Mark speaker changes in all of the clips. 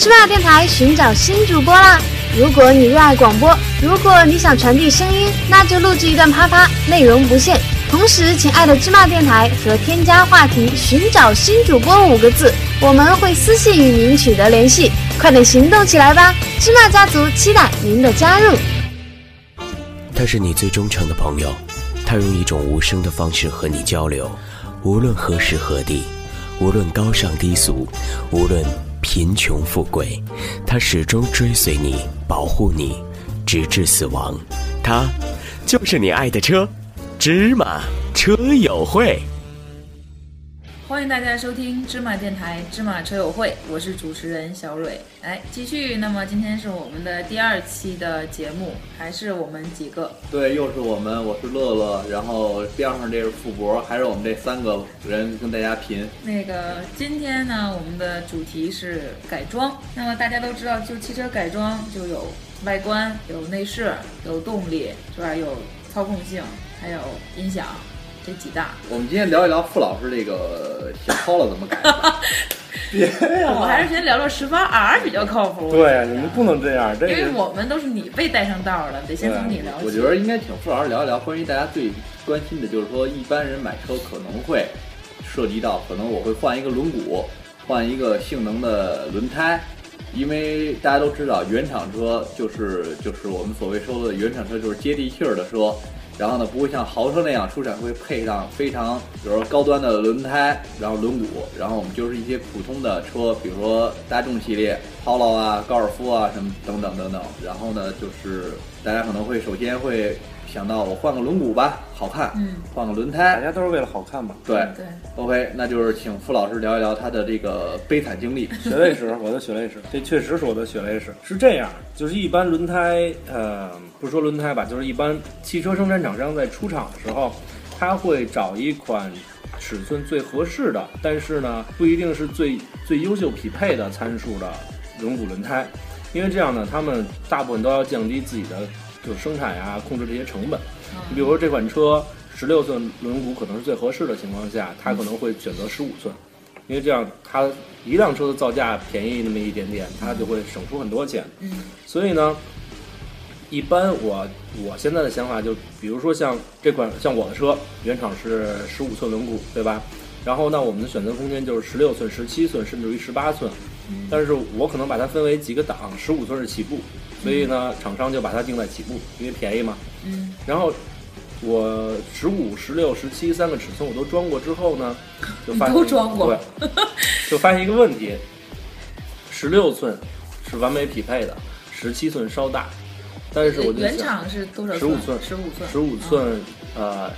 Speaker 1: 芝麻电台寻找新主播啦！如果你热爱广播，如果你想传递声音，那就录制一段啪啪，内容不限。同时，请艾特芝麻电台和添加话题“寻找新主播”五个字，我们会私信与您取得联系。快点行动起来吧！芝麻家族期待您的加入。
Speaker 2: 他是你最忠诚的朋友，他用一种无声的方式和你交流，无论何时何地，无论高尚低俗，无论贫穷富贵，他始终追随你，保护你，直至死亡。他就是你爱的车，芝麻车友会。
Speaker 3: 欢迎大家收听芝麻电台芝麻车友会，我是主持人小蕊。来继续，那么今天是我们的第二期的节目，还是我们几个
Speaker 4: 对，又是我们，我是乐乐，然后边上这是富博，还是我们这三个人跟大家贫。
Speaker 3: 那个今天呢，我们的主题是改装。那么大家都知道，就汽车改装就有外观、有内饰、有动力，是吧？有操控性，还有音响，这几大。
Speaker 4: 我们今天聊一聊傅老师这个呃小抛了怎么改。别
Speaker 3: 我们还
Speaker 4: 呀！
Speaker 3: 是先聊聊十八 R 比较靠谱。我觉
Speaker 5: 啊对，
Speaker 3: 得
Speaker 5: 你们不，能这样，这
Speaker 3: 因为
Speaker 5: 个啊
Speaker 3: 我们都是你被带上道了，得先从你聊起。
Speaker 4: 我觉得应该请傅老师聊一聊关于大家最关心的，就是说一般人买车可能会涉及到，可能我会换一个轮毂，换一个性能的轮胎，因为大家都知道原厂车就是就是我们所谓说的原厂车就是接地气儿的车，然后呢不会像豪车那样出厂会配上非常比如说高端的轮胎，然后轮毂，然后我们就是一些普通的车，比如说大众系列、Polo 啊、高尔夫啊什么等等等等，然后呢就是大家可能会首先会想到我换个轮毂吧，好看，
Speaker 3: 嗯
Speaker 4: 换个轮
Speaker 5: 大
Speaker 4: 胎，
Speaker 5: 家都是为了好看吧。
Speaker 4: 对。
Speaker 3: 对。
Speaker 4: OK，那就是请傅老师聊一聊他的这个悲惨经历。
Speaker 5: 血泪史，我的血泪史，这确实是我的血泪史。是这样，就是一般轮胎，呃，不说轮胎吧，就是一般汽车生产厂商在出厂的时候，他会找一款尺寸最合适的，但是呢，不一定是最最优秀匹配的参数的轮毂轮胎，因为这样呢，他们大部分都要降低自己的就是生产呀、控制这些成本。你比如说这款车十六寸轮毂可能是最合适的情况下，它可能会选择十五寸，因为这样它一辆车的造价便宜那么一点点，它就会省出很多钱。
Speaker 3: 嗯，
Speaker 5: 所以呢，一般我我现在的想法就，比如说像这款像我的车，原厂是十五寸轮毂，对吧？然后呢，我们的选择空间就是十六寸、十七寸，甚至于十八寸。但是我可能把它分为几个档，十五寸是起步，所以呢，厂商就把它定在起步，因为便宜嘛。
Speaker 3: 嗯。
Speaker 5: 然后我十五、十六、十七三个尺寸我都装过之后呢，就发现
Speaker 3: 你都装过
Speaker 5: 对，就发现一个问题：十六寸是完美匹配的，十七寸稍大，但是我就
Speaker 3: 原厂是多少
Speaker 5: 15寸
Speaker 3: 十五寸，嗯
Speaker 5: 十五寸，呃，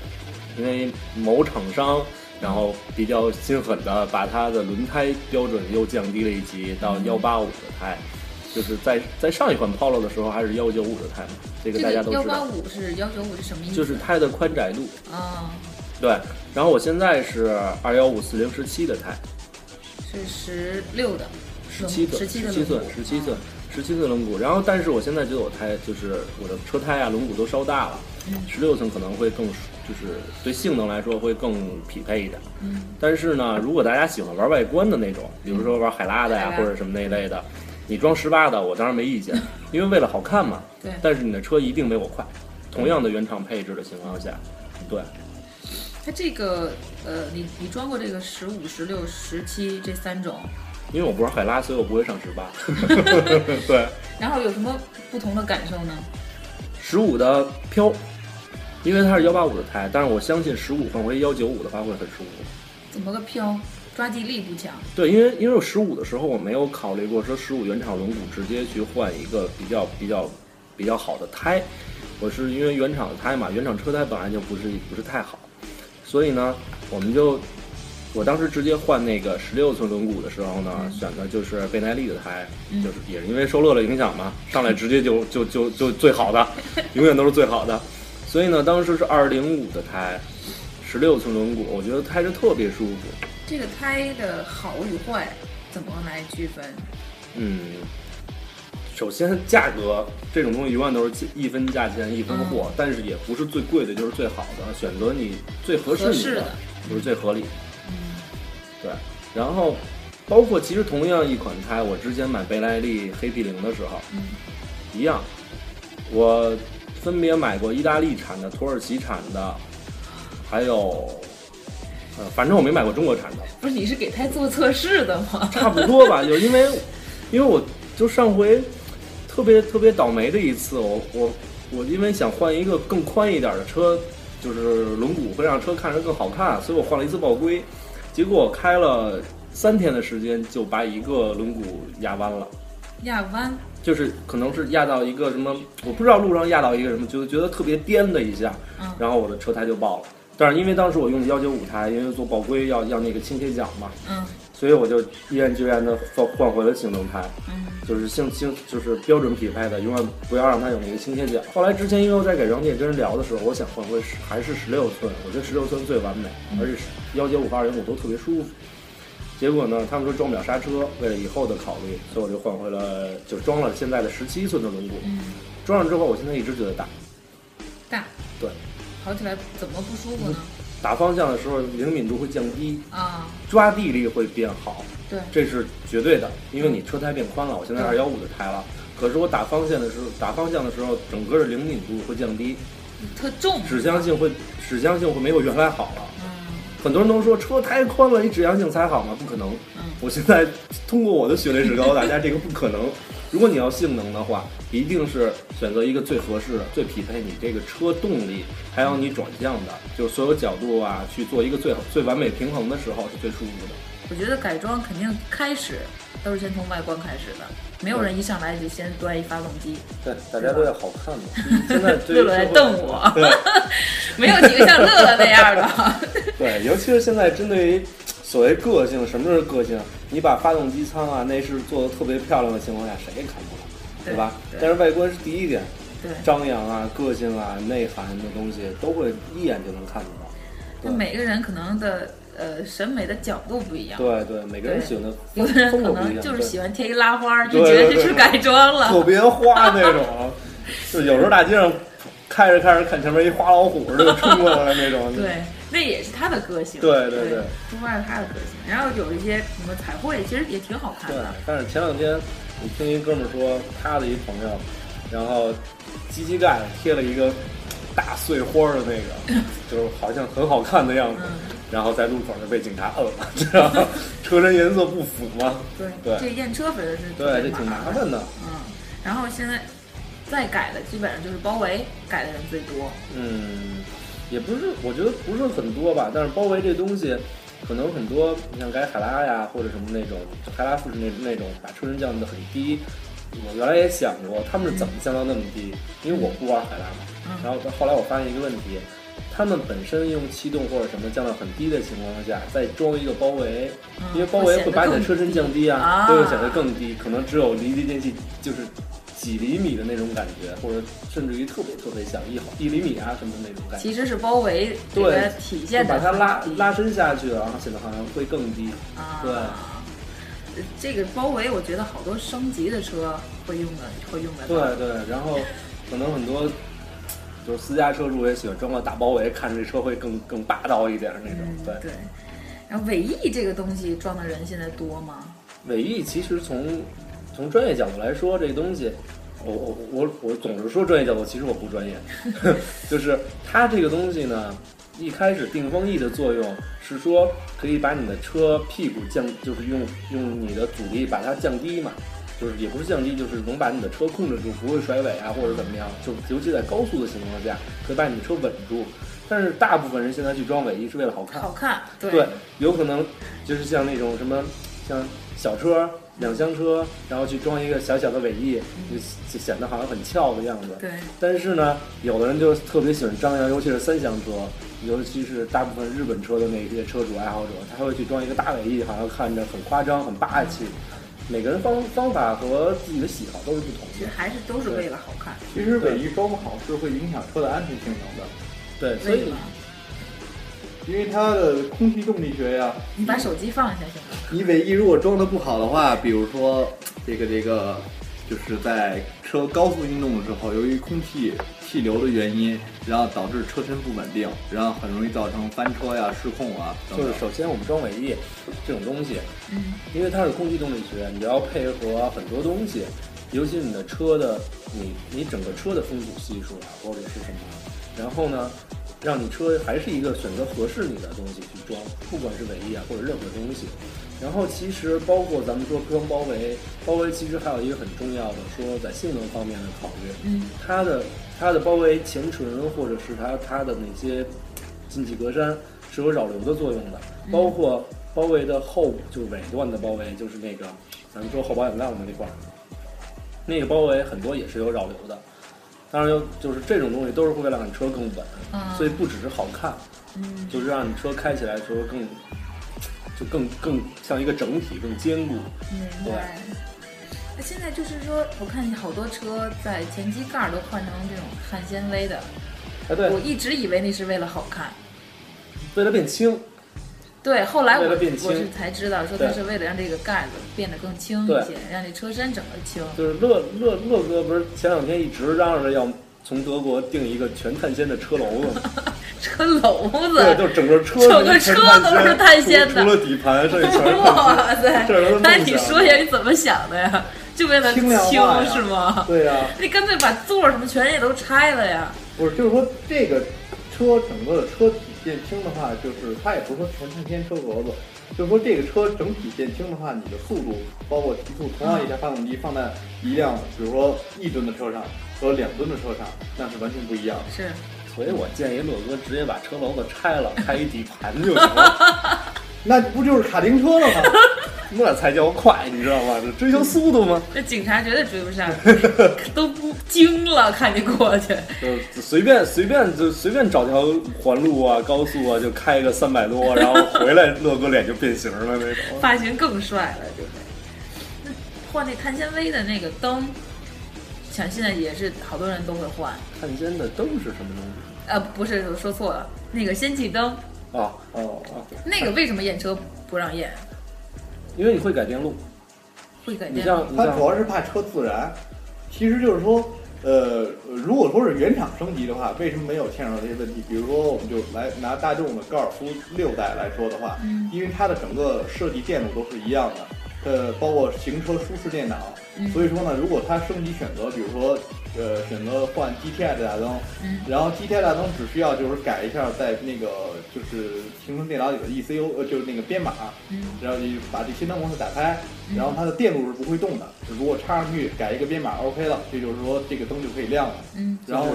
Speaker 5: 因为某厂商。然后比较心狠的把它的轮胎标准又降低了一级到幺八五的胎，就是在在上一款 Polo 的时候还是幺九五的胎，这
Speaker 3: 这
Speaker 5: 个
Speaker 3: 个
Speaker 5: 大家都
Speaker 3: 幺
Speaker 5: 知
Speaker 3: 八
Speaker 5: 道，
Speaker 3: 五是幺九五是什么意思？
Speaker 5: 就是胎的宽窄度，
Speaker 3: 啊，
Speaker 5: 对，然后我现在是二幺五四零十七的胎，
Speaker 3: 是十六的，
Speaker 5: 十七寸，
Speaker 3: 十
Speaker 5: 十
Speaker 3: 七
Speaker 5: 七
Speaker 3: 的
Speaker 5: 寸，
Speaker 3: 轮毂啊
Speaker 5: 十七寸，十七寸轮毂。然后，但是我现在觉得我胎就是我的车胎啊，轮毂都稍大了，
Speaker 3: 嗯
Speaker 5: 十六寸可能会更就是对性能来说会更匹配一点。
Speaker 3: 嗯
Speaker 5: 但是呢，如果大家喜欢玩外观的那种，比如说玩海拉的呀、
Speaker 3: 海拉
Speaker 5: 或者什么那一类的，你装十八的，我当然没 意见，因为为了好看嘛。
Speaker 3: 对
Speaker 5: 但是你的车一定没我快，同样的原厂配置的情况下，对。
Speaker 3: 它这个呃，你你装过这个十五、十六、十七这三种，
Speaker 5: 因为我不是海拉，所以我不会上十八。 对，
Speaker 3: 然后有什么不同的感受呢？
Speaker 5: 十五的飘，因为它是幺八五的胎，但是我相信十五换回幺九五的话会很舒服。
Speaker 3: 怎么个飘？抓地力不强，
Speaker 5: 对，因为因为我十五的时候我没有考虑过说十五原厂轮毂直接去换一个比较比较比较好的胎，我是因为原厂的胎嘛，原厂车胎本来就不是不是太好，所以呢，我们就我当时直接换那个十六寸轮毂的时候呢，选的就是倍耐力的胎，
Speaker 3: 嗯
Speaker 5: 就是也是因为受乐乐影响嘛，上来直接就就就就最好的，永远都是最好的。所以呢，当时是二零五的胎，十六寸轮毂，我觉得开着特别舒服。
Speaker 3: 这个胎的好与坏怎么来区分？
Speaker 5: 嗯，首先价格这种东西永远都是价一分价钱一分货，但是也不是最贵的就是最好的，选择你最合适
Speaker 3: 合
Speaker 5: 你
Speaker 3: 适
Speaker 5: 的
Speaker 3: 的
Speaker 5: 就是最合理。
Speaker 3: 嗯，
Speaker 5: 对，然后包括其实同样一款胎，我之前买贝莱利黑 P 零的时候，
Speaker 3: 嗯
Speaker 5: 一样，我分别买过意大利产的、土耳其产的，还有，呃，反正我没买过中国产的。
Speaker 3: 不是你是给胎做测试的吗？
Speaker 5: 差不多吧，就是因为，因为我就上回特别特别倒霉的一次，我我我因为想换一个更宽一点的车，就是轮毂会让车看着更好看，所以我换了一次爆龟，结果我开了三天的时间就把一个轮毂压弯了。
Speaker 3: 压弯，
Speaker 5: 就是可能是压到一个什么，我不知道路上压到一个什么，觉得觉得特别颠的一下
Speaker 3: 嗯，
Speaker 5: 然后我的车胎就爆了。但是因为当时我用的幺九五胎，因为做爆龟要要那个倾斜角嘛，
Speaker 3: 嗯
Speaker 5: 所以我就毅然决然的换换回了行动胎，
Speaker 3: 嗯
Speaker 5: 就是性性就是标准匹配的，永远不要让它有那个倾斜角。后来之前因为我在改装店跟人聊的时候，我想换回十还是十六寸，我觉得十六寸最完美，
Speaker 3: 嗯
Speaker 5: 而且幺九五和二零五都特别舒服。结果呢，他们说装不了刹车，为了以后的考虑，所以我就换回了，就装了现在的十七寸的轮毂。
Speaker 3: 嗯，
Speaker 5: 装上之后，我现在一直觉得大，
Speaker 3: 大，
Speaker 5: 对，
Speaker 3: 跑起来怎么不舒服呢？
Speaker 5: 打方向的时候灵敏度会降低，
Speaker 3: 啊，
Speaker 5: 抓地力会变好，
Speaker 3: 对，
Speaker 5: 这是绝对的，因为你车胎变宽了，我现在二幺五的胎了，可是我打方向的时候，打方向的时候，整个的灵敏度会降低，
Speaker 3: 特重，
Speaker 5: 指向性会指向性会没有原来好了。
Speaker 3: 嗯
Speaker 5: 很多人都说车胎宽了，你指向性才好吗？不可能。
Speaker 3: 嗯
Speaker 5: 我现在通过我的血泪史告诉大家，这个不可能。如果你要性能的话，一定是选择一个最合适的、最匹配你这个车动力，还有你转向的，
Speaker 3: 嗯
Speaker 5: 就是所有角度啊，去做一个最好最完美平衡的时候是最舒服的。
Speaker 3: 我觉得改装肯定开始都是先从外观开始的，没有人一上来就先端一发动机。
Speaker 4: 对，大家都要好 看嘛。
Speaker 5: 现在对于
Speaker 3: 乐乐在
Speaker 5: 社会
Speaker 3: 瞪我， 没有几个像乐乐那样 的。
Speaker 5: 对，尤其是现在针对于所谓个性，什么是个性？你把发动机舱啊、内饰做的特别漂亮的情况下，谁也看不出来，
Speaker 3: 对
Speaker 5: 吧？
Speaker 3: 对
Speaker 5: 但是外观是第一点，
Speaker 3: 对，
Speaker 5: 张扬啊、个性啊、内涵的东西都会一眼就能看得到。
Speaker 3: 那每个人可能的呃审美的角度不一样，
Speaker 5: 对对，每个人
Speaker 3: 对
Speaker 5: 喜欢的
Speaker 3: 有的人
Speaker 5: 风
Speaker 3: 可
Speaker 5: 格不
Speaker 3: 能
Speaker 5: 一样，
Speaker 3: 就是
Speaker 5: 对
Speaker 3: 喜欢贴一拉花儿，就
Speaker 5: 对
Speaker 3: 觉得
Speaker 5: 对
Speaker 3: 这是
Speaker 5: 对
Speaker 3: 改装
Speaker 5: 特
Speaker 3: 了。
Speaker 5: 别花那种，就有时候大街上开着开着看前面一花老虎似的冲过来那种。
Speaker 3: 对，那也是他的个性。
Speaker 5: 对对
Speaker 3: 对
Speaker 5: 对，
Speaker 3: 出发是他的个性。然后有一些什么彩绘，其实也挺好看
Speaker 5: 对
Speaker 3: 的。，
Speaker 5: 但是前两天我听一哥们儿说，他的一朋友，然后机器盖贴了一个大碎花儿的那 个，就是好像很好看的样子，
Speaker 3: 嗯
Speaker 5: 然后在路口就被警察摁了，知道吗？ 车身颜色不符嘛？
Speaker 3: 对，
Speaker 5: 对
Speaker 3: 这验车反正是
Speaker 5: 对，这
Speaker 3: 特别
Speaker 5: 挺
Speaker 3: 麻
Speaker 5: 麻
Speaker 3: 烦的。
Speaker 5: 烦的。
Speaker 3: 嗯，然后现在再改的基本上就是包围改的人最多。
Speaker 5: 嗯，也不是，我觉得不是很多吧，但是包围这东西。可能很多，你像改海拉呀，或者什么那种海拉富士那那种，把车身降得很低。我原来也想过，他们是怎么降到那么低？因为我不玩海拉嘛，
Speaker 3: 嗯
Speaker 5: 然后后来我发现一个问题，他们本身用气动或者什么降到很低的情况下，再装一个包围，
Speaker 3: 嗯，
Speaker 5: 因为包围
Speaker 3: 显
Speaker 5: 会
Speaker 3: 得
Speaker 5: 把你的
Speaker 3: 更
Speaker 5: 车身降低啊，
Speaker 3: 啊
Speaker 5: 都会显得更低，可能只有离地间隙就是几厘米的那种感觉，或者甚至于特别特别小，一毫一厘米啊什么的那种感觉，
Speaker 3: 其实是包围这个体
Speaker 5: 就
Speaker 3: 现的
Speaker 5: 把它拉
Speaker 3: 很低
Speaker 5: 拉伸下去，然后显得好像会更低。
Speaker 3: 啊，
Speaker 5: 对
Speaker 3: 呃这个包围我觉得好多升级的车会用的，会用的。
Speaker 5: 对对，然后可能很多。就是私家车主也喜欢装个大包围，看着这车会更更霸道一点那种。
Speaker 3: 嗯
Speaker 5: 对，
Speaker 3: 对。然后尾翼这个东西装的人现在多吗？
Speaker 5: 尾翼其实从从专业角度来说，这东西，我我我我总是说专业角度，其实我不专业， 就是它这个东西呢，一开始定风翼的作用是说可以把你的车屁股降，就是用用你的阻力把它降低嘛。就是也不是降低，就是能把你的车控制住，不会甩尾啊，或者怎么样，就尤其在高速的情况下，可以把你的车稳住。但是大部分人现在去装尾翼是为了好看，
Speaker 3: 好看，对
Speaker 5: 啊对，有可能就是像那种什么，像小车、两厢车，然后去装一个小小的尾翼，就就显得好像很翘的样子。
Speaker 3: 对
Speaker 5: 但是呢，有的人就特别喜欢张扬，尤其是三厢车，尤其是大部分日本车的那些车主爱好者，他会去装一个大尾翼，好像看着很夸张、很霸气。每个人方方法和自己的喜好都是不同
Speaker 3: 其
Speaker 5: 的
Speaker 3: 实，还是都是为了好看。
Speaker 4: 其实尾翼装不好是会影响车的安全性能的，
Speaker 5: 对，所
Speaker 3: 为
Speaker 5: 以
Speaker 3: 什么？
Speaker 4: 因为它的空气动力学呀、
Speaker 3: 你把手机放下行吗？
Speaker 4: 你尾翼如果装的不好的话，比如说这个这个，就是在车高速运动的时候，由于空气气流的原因，然后导致车身不稳定，然后很容易造成翻车呀、失控啊等
Speaker 5: 就
Speaker 4: 等
Speaker 5: 是。首先我们装尾翼这种东西，
Speaker 3: 嗯，
Speaker 5: 因为它是空气动力学，你要配合很多东西，尤其你的车的你你整个车的风阻系数啊，或者是什么，然后呢，让你车还是一个选择合适你的东西去装，不管是尾翼啊或者任何东西。然后其实包括咱们说装包围，包围其实还有一个很重要的说在性能方面的考虑，
Speaker 3: 嗯，
Speaker 5: 它的它的包围前唇或者是它它的那些进气格栅是有扰流的作用的，
Speaker 3: 嗯
Speaker 5: 包括包围的后就是尾段的包围，就是那个咱们说后保险杠的那块儿，那个包围很多也是有扰流的。当然，有就是这种东西都是会让你车更稳，
Speaker 3: 啊
Speaker 5: 所以不只是好看，
Speaker 3: 嗯
Speaker 5: 就是让你车开起来的时候更，就更更像一个整体，更坚固。
Speaker 3: 嗯明白。那现在就是说，我看好多车在前机盖儿都换成这种碳纤维的，
Speaker 5: 哎，对
Speaker 3: 我，一直以为那是为了好看。
Speaker 5: 为了变轻，
Speaker 3: 对，后来
Speaker 5: 为
Speaker 3: 我
Speaker 5: 了变轻
Speaker 3: 我是才知道，说它是为了让这个盖子变得更轻一
Speaker 5: 对
Speaker 3: 些，让这车身整个轻。
Speaker 5: 就是乐乐乐哥不是前两天一直嚷嚷着要从德国订一个全碳纤的车楼 子吗，
Speaker 3: 车篓
Speaker 5: 对，
Speaker 3: 子，
Speaker 5: 就是整个车
Speaker 3: 整个车都是碳纤
Speaker 5: 除
Speaker 3: 的
Speaker 5: 除了底盘，剩 下全 是碳纤。
Speaker 3: 哇塞
Speaker 5: 这人都！
Speaker 3: 那
Speaker 5: 梦
Speaker 3: 你
Speaker 5: 想
Speaker 3: 说一下你怎么想的呀？就为了
Speaker 5: 轻量化呀
Speaker 3: 是吗？
Speaker 5: 对呀、
Speaker 3: 你干脆把座儿什么全也都拆了呀？
Speaker 4: 不是，就是说这个车整个的车体变轻的话，就是它也不是说全碳纤车壳子，就是说这个车整体变轻的话，你的速度包括提速，同样一台发动机放在一辆比如说一吨的车上和两吨的车上，那是完全不一样的。
Speaker 3: 是，
Speaker 5: 所以我建议乐哥直接把车楼子拆了，开一底盘就行了，
Speaker 4: 那不就是卡丁车了吗？
Speaker 5: 那才叫快，你知道吗？这追求速度吗？
Speaker 3: 那警察绝对追不 上，都不惊了，看你过去。
Speaker 5: 就随便随便就随便找条环路啊、高速啊，就开个三百多，然后回来乐哥脸就变形了那种。
Speaker 3: 发型更帅了，对不对？那换那碳纤维的那个灯，想现在也是好多人都会换。
Speaker 5: 碳纤的灯是什么东
Speaker 3: 呃，不是，我说错了，那个氙气灯，
Speaker 5: 西啊？
Speaker 4: 哦，
Speaker 3: 那个为什么验车不让验？
Speaker 5: 因为你会改电路，
Speaker 3: 会改
Speaker 5: 你
Speaker 3: 电吗？
Speaker 5: 像你
Speaker 4: 它
Speaker 5: 像
Speaker 4: 主要是怕车自燃，其实就是说，呃，如果说是原厂升级的话，为什么没有牵扯到这些问题？比如说，我们就来拿大众的高尔夫六代来说的话，
Speaker 3: 嗯
Speaker 4: 因为它的整个设计电路都是一样的，呃，包括行车舒适电脑，
Speaker 3: 嗯
Speaker 4: 所以说呢，如果它升级选择，比如说，呃，选择换 GTI 的大灯，
Speaker 3: 嗯
Speaker 4: 然后 GTI 大灯只需要就是改一下在那个就是行程电脑里的 ECU，呃，就是那个编码，
Speaker 3: 嗯
Speaker 4: 然后你把这新灯模式打开，
Speaker 3: 嗯
Speaker 4: 然后它的电路是不会动的，如果插上去改一个编码 OK 了，这就是说这个灯就可以亮了。
Speaker 3: 嗯
Speaker 4: 然后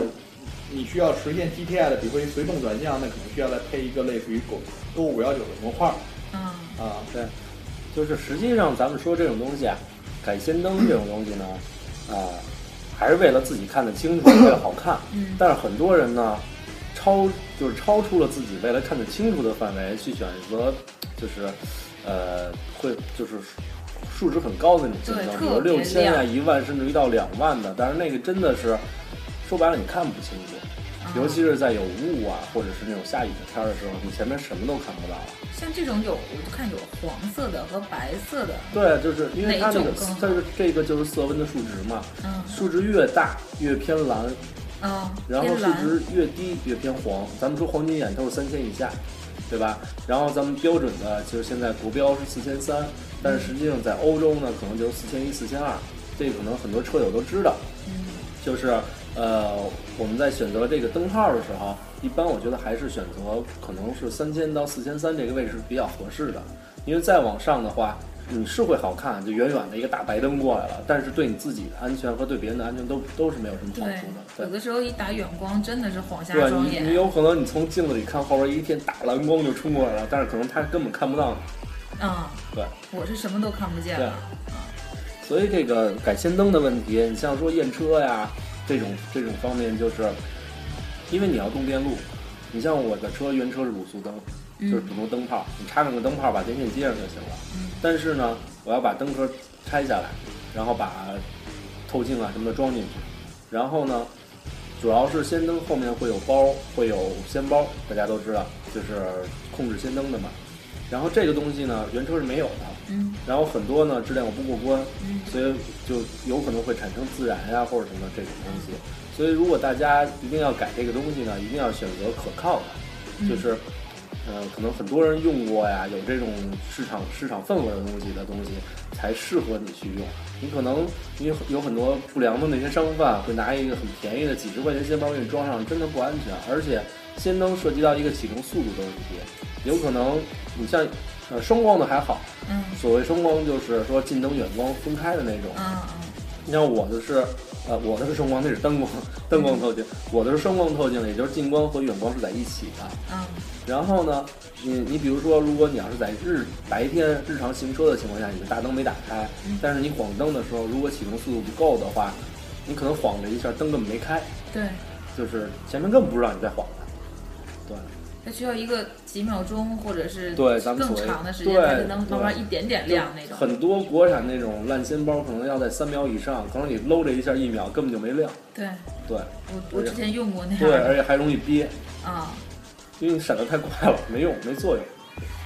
Speaker 4: 你需要实现 GTI 的，比如说一随动转向，那可能需要再配一个类似于勾勾五幺九的模块
Speaker 3: 嗯
Speaker 4: 啊。
Speaker 5: 对，就是实际上咱们说这种东西啊，改氙灯这种东西呢，啊、还是为了自己看得清楚，为了好看。
Speaker 3: 嗯
Speaker 5: 但是很多人呢，超就是超出了自己为了看得清楚的范围去选择，就是呃，会就是数值很高的那种氙
Speaker 3: 对
Speaker 5: 灯，比如
Speaker 3: 特别
Speaker 5: 六千啊、
Speaker 3: 亮
Speaker 5: 一万，甚至于到两万的。但是那个真的是说白了，你看不清楚。
Speaker 3: 啊
Speaker 5: 尤其是在有雾啊，或者是那种下雨的天儿的时候，你前面什么都看不到了。
Speaker 3: 像这种有，我就看有黄色的和白色的，
Speaker 5: 对，就是因为它那
Speaker 3: 哪
Speaker 5: 个
Speaker 3: 种更好，
Speaker 5: 它是这个就是色温的数值嘛，
Speaker 3: 嗯
Speaker 5: 数值越大越偏蓝，
Speaker 3: 嗯，
Speaker 5: 然后
Speaker 3: 偏
Speaker 5: 数
Speaker 3: 蓝
Speaker 5: 值越低越偏黄。咱们说黄金眼都是三千以下，对吧？然后咱们标准的其实现在国标是四千三，但是实际上在欧洲呢，可能就是四千一、四千二，这个可能很多车友都知道。
Speaker 3: 嗯
Speaker 5: 就是呃，我们在选择这个灯泡的时候，一般我觉得还是选择可能是三千到四千三这个位置是比较合适的，因为再往上的话，你是会好看，就远远的一个大白灯过来了，但是对你自己的安全和对别人的安全都都是没有什么好
Speaker 3: 对
Speaker 5: 处的，。对
Speaker 3: 有的时候一打远光真的是晃瞎
Speaker 5: 对啊
Speaker 3: 双
Speaker 5: 你，你
Speaker 3: 眼，
Speaker 5: 有可能你从镜子里看后边一片大蓝光就冲过来了，但是可能他根本看不到你。
Speaker 3: 嗯，
Speaker 5: 对，
Speaker 3: 我是什么都看不见
Speaker 5: 对
Speaker 3: 了，
Speaker 5: 所以这个改氙灯的问题，你像说验车呀这种这种方面，就是因为你要动电路，你像我的车原车是卤素灯，就是普通灯泡，你插上个灯泡把电线接上就行了。但是呢，我要把灯壳拆下来，然后把透镜啊什么的装进去，然后呢，主要是氙灯后面会有包，会有氙包，大家都知道，就是控制氙灯的嘛。然后这个东西呢，原车是没有的，
Speaker 3: 嗯
Speaker 5: 然后很多呢质量又不过关，
Speaker 3: 嗯
Speaker 5: 所以就有可能会产生自燃啊或者什么这种东西。所以如果大家一定要改这个东西呢，一定要选择可靠的，就是。呃，可能很多人用过呀，有这种市场市场份额的东西的东西，才适合你去用。你可能你有有很多不良的那些商贩会拿一个很便宜的几十块钱鲜包给你装上，真的不安全。而且鲜灯涉及到一个启动速度的问题，有可能你像呃声光的还好，
Speaker 3: 嗯
Speaker 5: 所谓声光就是说近灯远光分开的那种。
Speaker 3: 嗯
Speaker 5: 你像我的是，呃，我的是声光，那是灯光， 灯
Speaker 3: 嗯
Speaker 5: 光透镜，我的是声光透镜，也就是近光和远光是在一起的。
Speaker 3: 嗯
Speaker 5: 然后呢，你你比如说，如果你要是在日白天日常行车的情况下，你的大灯没打开
Speaker 3: 嗯，
Speaker 5: 但是你晃灯的时候，如果启动速度不够的话，你可能晃了一下，灯根本没开，
Speaker 3: 对，
Speaker 5: 就是前面根本不知道你在晃它。对，
Speaker 3: 它需要一个几秒钟或者是
Speaker 5: 对咱们
Speaker 3: 更
Speaker 5: 所谓
Speaker 3: 长的时间，
Speaker 5: 对
Speaker 3: 它才能慢慢
Speaker 5: 对
Speaker 3: 一点点亮那种。
Speaker 5: 很多国产那种烂鲜包可能要在三秒以上，可能你搂这一下一秒根本就没亮。
Speaker 3: 对
Speaker 5: 对
Speaker 3: 我我之前用过 那样
Speaker 5: 对，
Speaker 3: 的
Speaker 5: 而且还容易憋，
Speaker 3: 啊、
Speaker 5: 因为你闪得太快了，没用，没作用。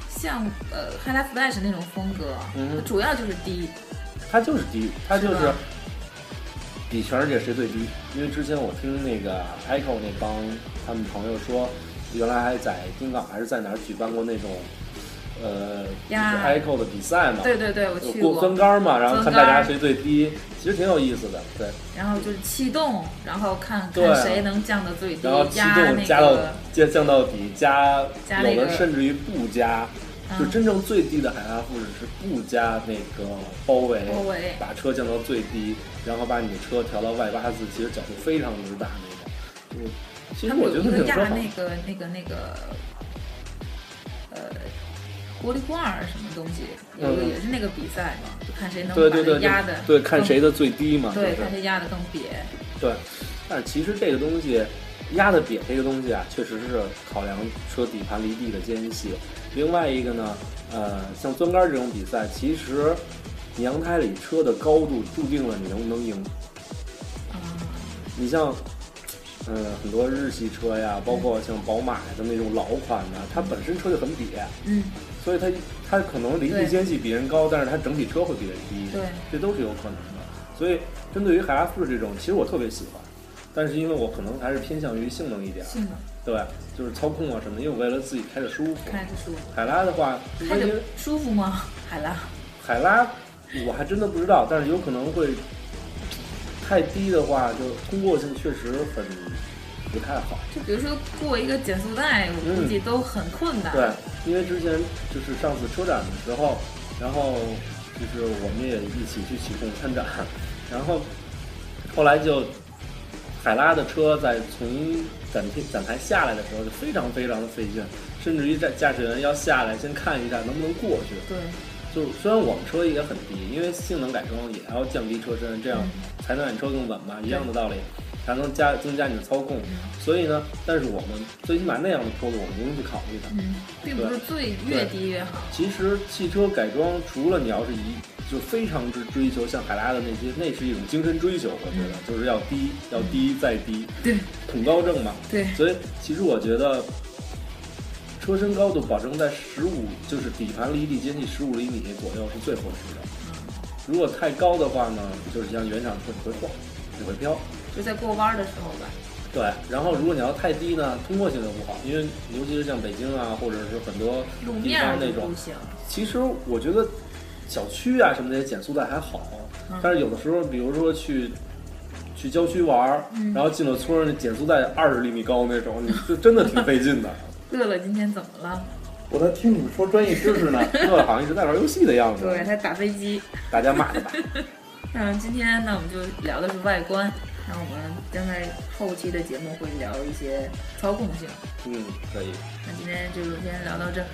Speaker 3: 像呃 h i l a Flash 那种风格，
Speaker 5: 嗯哼
Speaker 3: 它主要就是低，
Speaker 5: 它就是低，它就是是
Speaker 3: 吧
Speaker 5: 比全世界谁最低。因为之前我听那个 Echo 那帮他们朋友说，原来还在丁港还是在哪儿举办过那种，呃，就
Speaker 3: 呀
Speaker 5: 是 Echo 的比赛嘛，
Speaker 3: 对对对，我去
Speaker 5: 过
Speaker 3: 过。
Speaker 5: 分杆儿嘛，然后
Speaker 3: 分
Speaker 5: 看
Speaker 3: 杆
Speaker 5: 大
Speaker 3: 儿
Speaker 5: 家谁最低，其实挺有意思的，对。
Speaker 3: 然后就是气动，然后看
Speaker 5: 对啊
Speaker 3: 看谁能降到最低，
Speaker 5: 然后气
Speaker 3: 压那
Speaker 5: 动
Speaker 3: 个
Speaker 5: 加到降降到底，加
Speaker 3: 加那
Speaker 5: 有的
Speaker 3: 个
Speaker 5: 甚至于不加，
Speaker 3: 嗯
Speaker 5: 就真正最低的海拉夫人是不加那个包围，
Speaker 3: 包围
Speaker 5: 把车降到最低，然后把你的车调到外八字，其实角度非常之大那种。就其实
Speaker 3: 他们
Speaker 5: 我觉
Speaker 3: 有
Speaker 5: 得
Speaker 3: 一个
Speaker 5: 挺
Speaker 3: 压
Speaker 5: 说好
Speaker 3: 那，个那个那个，呃，玻璃罐儿什么东西，有一个
Speaker 5: 嗯
Speaker 3: 也是那个比赛嘛，就看谁能
Speaker 5: 对
Speaker 3: 把
Speaker 5: 对对
Speaker 3: 它
Speaker 5: 对
Speaker 3: 压的，
Speaker 5: 对，看谁的最低嘛，
Speaker 3: 对，
Speaker 5: 就是
Speaker 3: 看谁压的更瘪。
Speaker 5: 对，但是其实这个东西，压的瘪这个东西啊，确实是考量车底盘离地的间隙。另外一个呢，呃，像钻杆这种比赛，其实你阳台里车的高度注定了你能不能赢。
Speaker 3: 嗯，
Speaker 5: 你像，嗯、很多日系车呀，包括像宝马的那种老款的，它本身车就很瘪，
Speaker 3: 嗯，
Speaker 5: 所以它它可能离地
Speaker 3: 对
Speaker 5: 间隙比人高，但是它整体车会比人低。
Speaker 3: 对，
Speaker 5: 这都是有可能的。所以针对于海拉富士这种，其实我特别喜欢，但是因为我可能还是偏向于性能一点，
Speaker 3: 性能
Speaker 5: 对，就是操控啊什么的，因为我为了自己开着舒服。
Speaker 3: 开着舒服，
Speaker 5: 海拉的话，因
Speaker 3: 开着
Speaker 5: 为
Speaker 3: 舒服吗？海拉，
Speaker 5: 海拉我还真的不知道，但是有可能会太低的话，就通过性确实很不太好。
Speaker 3: 就比如说过一个减速带，我估计都很困难。
Speaker 5: 嗯对，因为之前就是上次车展的时候，然后就是我们也一起去起控参展，然后后来就海拉的车在从展厅展台下来的时候就非常非常的费劲，甚至于驾驾驶员要下来先看一下能不能过去。
Speaker 3: 对
Speaker 5: 就是虽然我们车也很低，因为性能改装也要降低车身，这样才能让你车更稳嘛，一样的道理，才能加增加你的操控。所以呢，但是我们最起码那样的坡度，我们不用去考虑它。
Speaker 3: 嗯，并不是最越低越好。
Speaker 5: 其实汽车改装，除了你要是一就非常之追求像海拉的那些，那是一种精神追求，我觉得就是要低，要低再低，
Speaker 3: 嗯对
Speaker 5: 恐高症嘛。
Speaker 3: 对，
Speaker 5: 所以其实我觉得，车身高度保证在十五，就是底盘离地间隙十五厘米左右是最合适的。
Speaker 3: 嗯
Speaker 5: 如果太高的话呢，就是像原厂车你会晃，你会飘。
Speaker 3: 就在过弯儿的时候吧。
Speaker 5: 对，然后如果你要太低呢，通过性就不好，因为尤其是像北京啊，或者是很多
Speaker 3: 路
Speaker 5: 地
Speaker 3: 面啊
Speaker 5: 方
Speaker 3: 儿
Speaker 5: 那
Speaker 3: 就
Speaker 5: 种
Speaker 3: 不，行，
Speaker 5: 其实我觉得小区啊什么这些减速带还好，
Speaker 3: 嗯
Speaker 5: 但是有的时候，比如说去去郊区玩儿，
Speaker 3: 嗯
Speaker 5: 然后进了村儿，减速带二十厘米高那种，你就真的挺费 劲的。
Speaker 3: 乐乐今天怎么了？
Speaker 4: 我在听你们说专业知识呢。
Speaker 5: 乐好像一直在玩游戏的样子，
Speaker 3: 对他打飞机。
Speaker 5: 大家骂他吧。
Speaker 3: 那今天呢，我们就聊的是外观，那我们将在后期的节目会聊一些操控性。
Speaker 5: 嗯，可以，
Speaker 3: 那今天就先聊到这儿，